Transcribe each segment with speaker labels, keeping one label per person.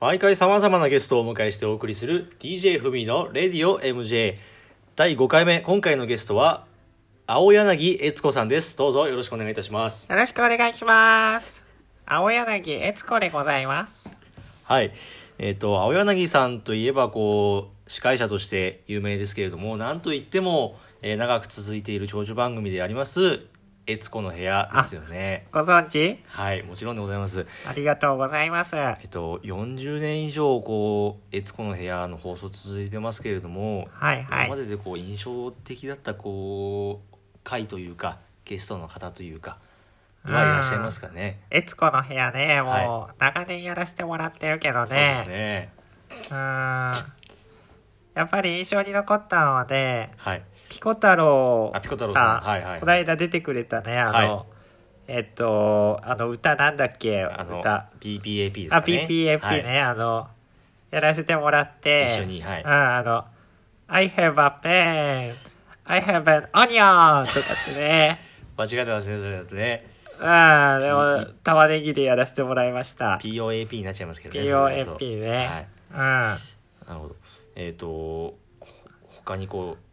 Speaker 1: 毎回様々なゲストをお迎えしてお送りする DJ ふみのレディオ MJ 第5回目今回のゲストは青柳悦子さんですどうぞよろしくお願いいたします
Speaker 2: よろしくお願いします。青柳悦子でございます。
Speaker 1: はいえっ、と青柳さんといえばこう司会者として有名ですけれどもなんといっても、えー長く続いている長寿番組であります悦子の部屋ですよね
Speaker 2: ご存知
Speaker 1: はいもちろんでございます
Speaker 2: ありがとうございます。は
Speaker 1: えっと、40年以上こう「悦子の部屋」の放送続いてますけれども、
Speaker 2: いは
Speaker 1: 今ま
Speaker 2: い。
Speaker 1: ででこう印象的だったこう回というかゲストの方というかはいらっしゃいますかね。
Speaker 2: 悦子の部屋ね、も
Speaker 1: は
Speaker 2: う長年やらせてもらってるけど
Speaker 1: そうです
Speaker 2: ね。
Speaker 1: ね。
Speaker 2: うーん。やっぱり印象に残ったのはね、
Speaker 1: はい。
Speaker 2: ピコ太郎
Speaker 1: あピコ太郎さん
Speaker 2: さ
Speaker 1: はいはい
Speaker 2: この間出てくれたね、あの、
Speaker 1: はい
Speaker 2: えっと、あの歌なんだっけ、
Speaker 1: あの
Speaker 2: 歌。
Speaker 1: PPAP です
Speaker 2: あ、
Speaker 1: かね。
Speaker 2: PPAP ね、
Speaker 1: はい
Speaker 2: あの、やらせてもらって。
Speaker 1: 一緒にはい
Speaker 2: うん、あの、I have a pen, I have an onion! とかっ てね。
Speaker 1: 間違ってますねそれだとね。
Speaker 2: うん、でも、玉ねぎでやらせてもらいました。
Speaker 1: POAP になっちゃいますけどね。それだと
Speaker 2: POAP ね。
Speaker 1: はい。なるほど。えっ、とほ他にこう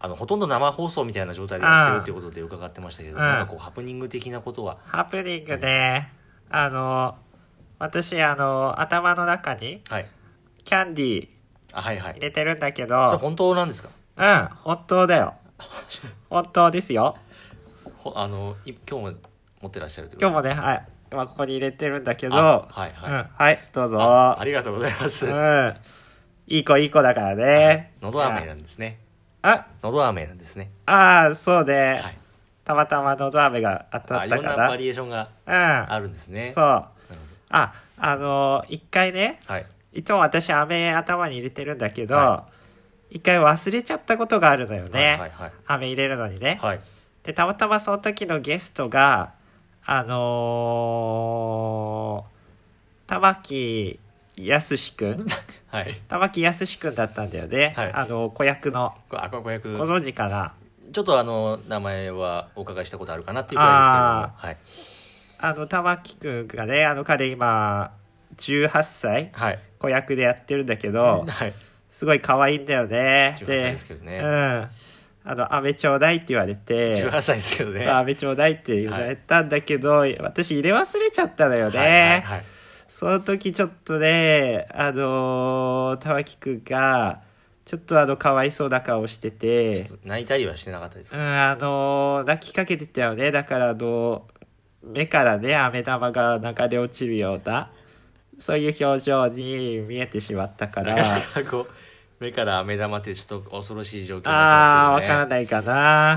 Speaker 1: あのほとんど生放送みたいな状態でやってるっていうことで伺ってましたけど、
Speaker 2: うん
Speaker 1: なんかこうハプニング的なことは
Speaker 2: うん。ハプニングね、あの、私、あの、頭の中に
Speaker 1: はい。
Speaker 2: キャンディー
Speaker 1: あはいはい
Speaker 2: 入。れてるんだけ
Speaker 1: それ
Speaker 2: ど、
Speaker 1: 本当なんですか。
Speaker 2: うん、本当 だよ。本当ですよ。
Speaker 1: ほあのい今日も持ってらっしゃるというこ
Speaker 2: 今
Speaker 1: と
Speaker 2: 日もね、はい。今ここに入れてるんだけど、
Speaker 1: あはいはい
Speaker 2: うん、はい、どうぞ。
Speaker 1: あありがとうございま
Speaker 2: う
Speaker 1: す。
Speaker 2: ん。いい子、いい子だからね。
Speaker 1: のど飴なんですね。
Speaker 2: あ、
Speaker 1: のど飴なんですね。
Speaker 2: ああ、そうね。
Speaker 1: はい。
Speaker 2: たまたまのど飴が当た
Speaker 1: あ
Speaker 2: っ
Speaker 1: い
Speaker 2: た
Speaker 1: ろんな
Speaker 2: か
Speaker 1: バ
Speaker 2: ら。
Speaker 1: リエーションがあるんです
Speaker 2: うん。
Speaker 1: ね。
Speaker 2: そう。
Speaker 1: う。
Speaker 2: あ、あのー一回ね、
Speaker 1: はい。
Speaker 2: いつも私飴頭に入れてるんだけど、
Speaker 1: は
Speaker 2: 一回忘れちゃったことがあるのよね。
Speaker 1: はいはい
Speaker 2: 飴入れるのにね。
Speaker 1: はい。はい。
Speaker 2: で、たまたまその時のゲストが、あのー、玉木康く ん
Speaker 1: はい。
Speaker 2: 玉木康くんだったんだよね。
Speaker 1: はい
Speaker 2: あの、子役の。
Speaker 1: これあこれ
Speaker 2: ご
Speaker 1: 500。
Speaker 2: 存知かな
Speaker 1: ちょっとあの名前はお伺いしたことあるかなっていうくらいです
Speaker 2: あの玉木くんがねあの彼今18歳
Speaker 1: けれども。はい。はい。
Speaker 2: 子役でやってるんだけど
Speaker 1: はい。
Speaker 2: すごい可愛いんだよね
Speaker 1: 18歳ですけどね
Speaker 2: うんあの「飴ちょうだい」って言われて
Speaker 1: 18歳ですけど
Speaker 2: 「そ
Speaker 1: ね。
Speaker 2: う飴ちょうだい」って言われたんだけど、私入れ忘れちゃったのよね、
Speaker 1: はいはいはい
Speaker 2: その時ちょっとねあのー玉木くんがちょっとあのかわいそうな顔してて
Speaker 1: 泣いたりはしてなかったです
Speaker 2: う
Speaker 1: か
Speaker 2: ん、あのー泣きかけてたよね。だから、あのー目からね、飴玉が流れ落ちるような、そういう表情に見えてしまったか
Speaker 1: な
Speaker 2: ら、
Speaker 1: かなかこう目から飴玉ってちょっと恐ろしい状況に
Speaker 2: あー、
Speaker 1: なっ
Speaker 2: わ
Speaker 1: てますけどね。
Speaker 2: からないか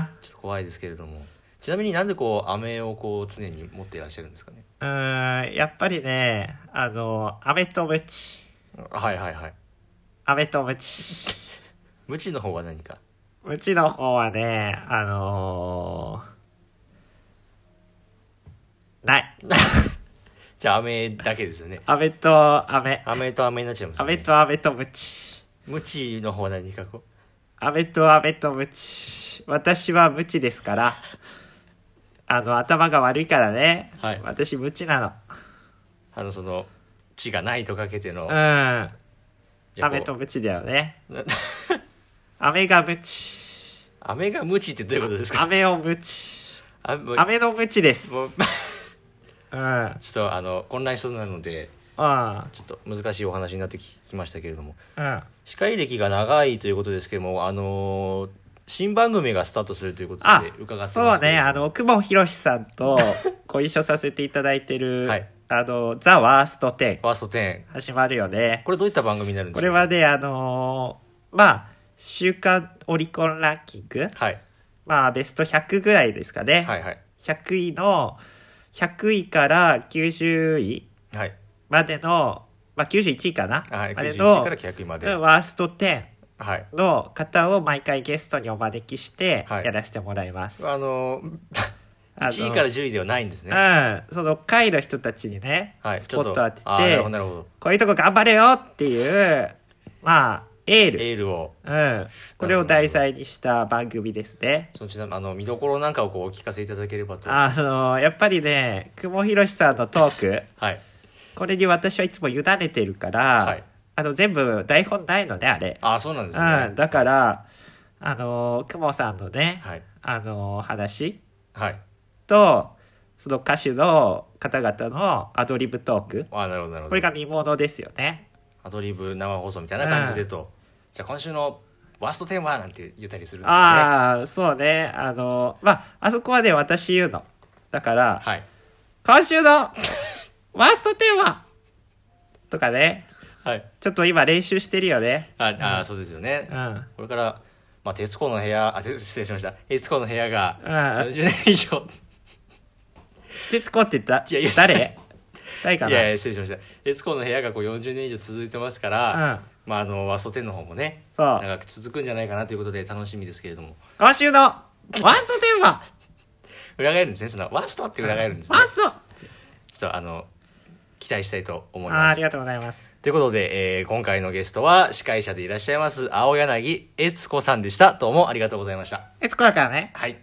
Speaker 2: な。
Speaker 1: ちょっと怖いですけれども。ちなみになんでこう飴をこう常に持っていらっしゃるんですかね。
Speaker 2: うん、やっぱりね、あのー飴とムチ。
Speaker 1: はいはいはい。
Speaker 2: 飴とムチ。
Speaker 1: 無知の方は何か。
Speaker 2: ムチの方はね、あのーない。
Speaker 1: じゃあ飴だけですよね。
Speaker 2: 飴と飴。
Speaker 1: 飴と飴になっちゃいますよね。
Speaker 2: 飴と飴とムチ。
Speaker 1: 無知の方は何かこう。
Speaker 2: アメとアメとムチ。私はムチですから。あの、頭が悪いからね。
Speaker 1: はい
Speaker 2: 私、ムチなの。
Speaker 1: あのその血がないとかけての。
Speaker 2: うん。ア
Speaker 1: じゃあこ
Speaker 2: メ
Speaker 1: う
Speaker 2: とムチだよね。
Speaker 1: な
Speaker 2: アメがムチ。
Speaker 1: 飴が無知ってどういうことですか。
Speaker 2: アメをムチ。
Speaker 1: あもう
Speaker 2: アメのムチです。
Speaker 1: もうちょ
Speaker 2: うん。うん。
Speaker 1: っとあの混乱しそうなので
Speaker 2: うん。
Speaker 1: ちょっと難しいお話になってききましたけれども。司会歴が長いということですけども、あのー新番組がスタートするということ
Speaker 2: あ
Speaker 1: で伺ってますけれども
Speaker 2: そうね。あの、久保博さん とご一緒させていただいてる、
Speaker 1: はい
Speaker 2: あの、ザ・ワースト10
Speaker 1: ファースト10。
Speaker 2: 始まるよね。
Speaker 1: これどういった番組になるんで
Speaker 2: こ
Speaker 1: すか
Speaker 2: れはね、あのーまあ、週間オリコンランキング、
Speaker 1: はい。
Speaker 2: まあ、ベスト100ぐらいですかね。
Speaker 1: はいはい。
Speaker 2: 100位の、100位から90位
Speaker 1: はい。
Speaker 2: までの、まあ、91位かな、
Speaker 1: はい。
Speaker 2: まで
Speaker 1: 91
Speaker 2: の
Speaker 1: から900位まで。
Speaker 2: うん
Speaker 1: は
Speaker 2: ワースト10
Speaker 1: い。
Speaker 2: の方を毎回ゲストにお招きして、
Speaker 1: はい
Speaker 2: やらせてもらいます。
Speaker 1: あのー、
Speaker 2: あの
Speaker 1: 1位から10位ではないんですね。
Speaker 2: うん、その回の人たちにね、
Speaker 1: はい。
Speaker 2: スポット
Speaker 1: ちょ
Speaker 2: 当
Speaker 1: ってとあーなる
Speaker 2: て
Speaker 1: ほど、なるほど。
Speaker 2: こういうとこ頑張れよっていう、まあ、エール。
Speaker 1: エールを、
Speaker 2: うん、これを題材にした番組ですね。
Speaker 1: そのちなみにあの、見どころなんかをこうお聞かせいただければと。は
Speaker 2: あのやっぱりね、久保博さんのトーク、
Speaker 1: い。
Speaker 2: これに私はいつも委ねてるから、
Speaker 1: はい
Speaker 2: あの全部台本ないのねあれ
Speaker 1: ああそうなんですね、
Speaker 2: うん、だからあのくもさんのね、
Speaker 1: はい
Speaker 2: あの話
Speaker 1: はい
Speaker 2: とその歌手の方々のアドリブトーク
Speaker 1: ああなるほどなるほど
Speaker 2: これが見ものですよね
Speaker 1: アドリブ生放送みたいな感じでと、じゃあ今週のワースト10はなんて言ったりするんですかね
Speaker 2: ああそうねあのまああそこはね私言うのだから
Speaker 1: はい
Speaker 2: 今週のワーストテーマとかね
Speaker 1: はい
Speaker 2: ちょっと今練習してるよね
Speaker 1: あ、あそうですよね、
Speaker 2: うん
Speaker 1: これからまあ徹子の部屋あて失礼しました徹子の部屋が
Speaker 2: うん
Speaker 1: 40年以上
Speaker 2: 徹子って言った
Speaker 1: いやいや
Speaker 2: 誰誰かない
Speaker 1: やいや失礼しました徹子の部屋がこう40年以上続いてますから、
Speaker 2: うん
Speaker 1: まああのワースト10の方もね
Speaker 2: そう
Speaker 1: 長く続くんじゃないかなということで楽しみですけれども
Speaker 2: 今週のワーストテーマ
Speaker 1: 裏返るんですねそのワーストって裏返るんですね
Speaker 2: ワースト
Speaker 1: ちょっとあの期待したいと思い
Speaker 2: あー
Speaker 1: ま
Speaker 2: あ
Speaker 1: す
Speaker 2: りがとうございます
Speaker 1: ということで、えー今回のゲストは司会者でいらっしゃいます青柳悦子さんでしたどうもありがとうございました
Speaker 2: えつこだからね
Speaker 1: はい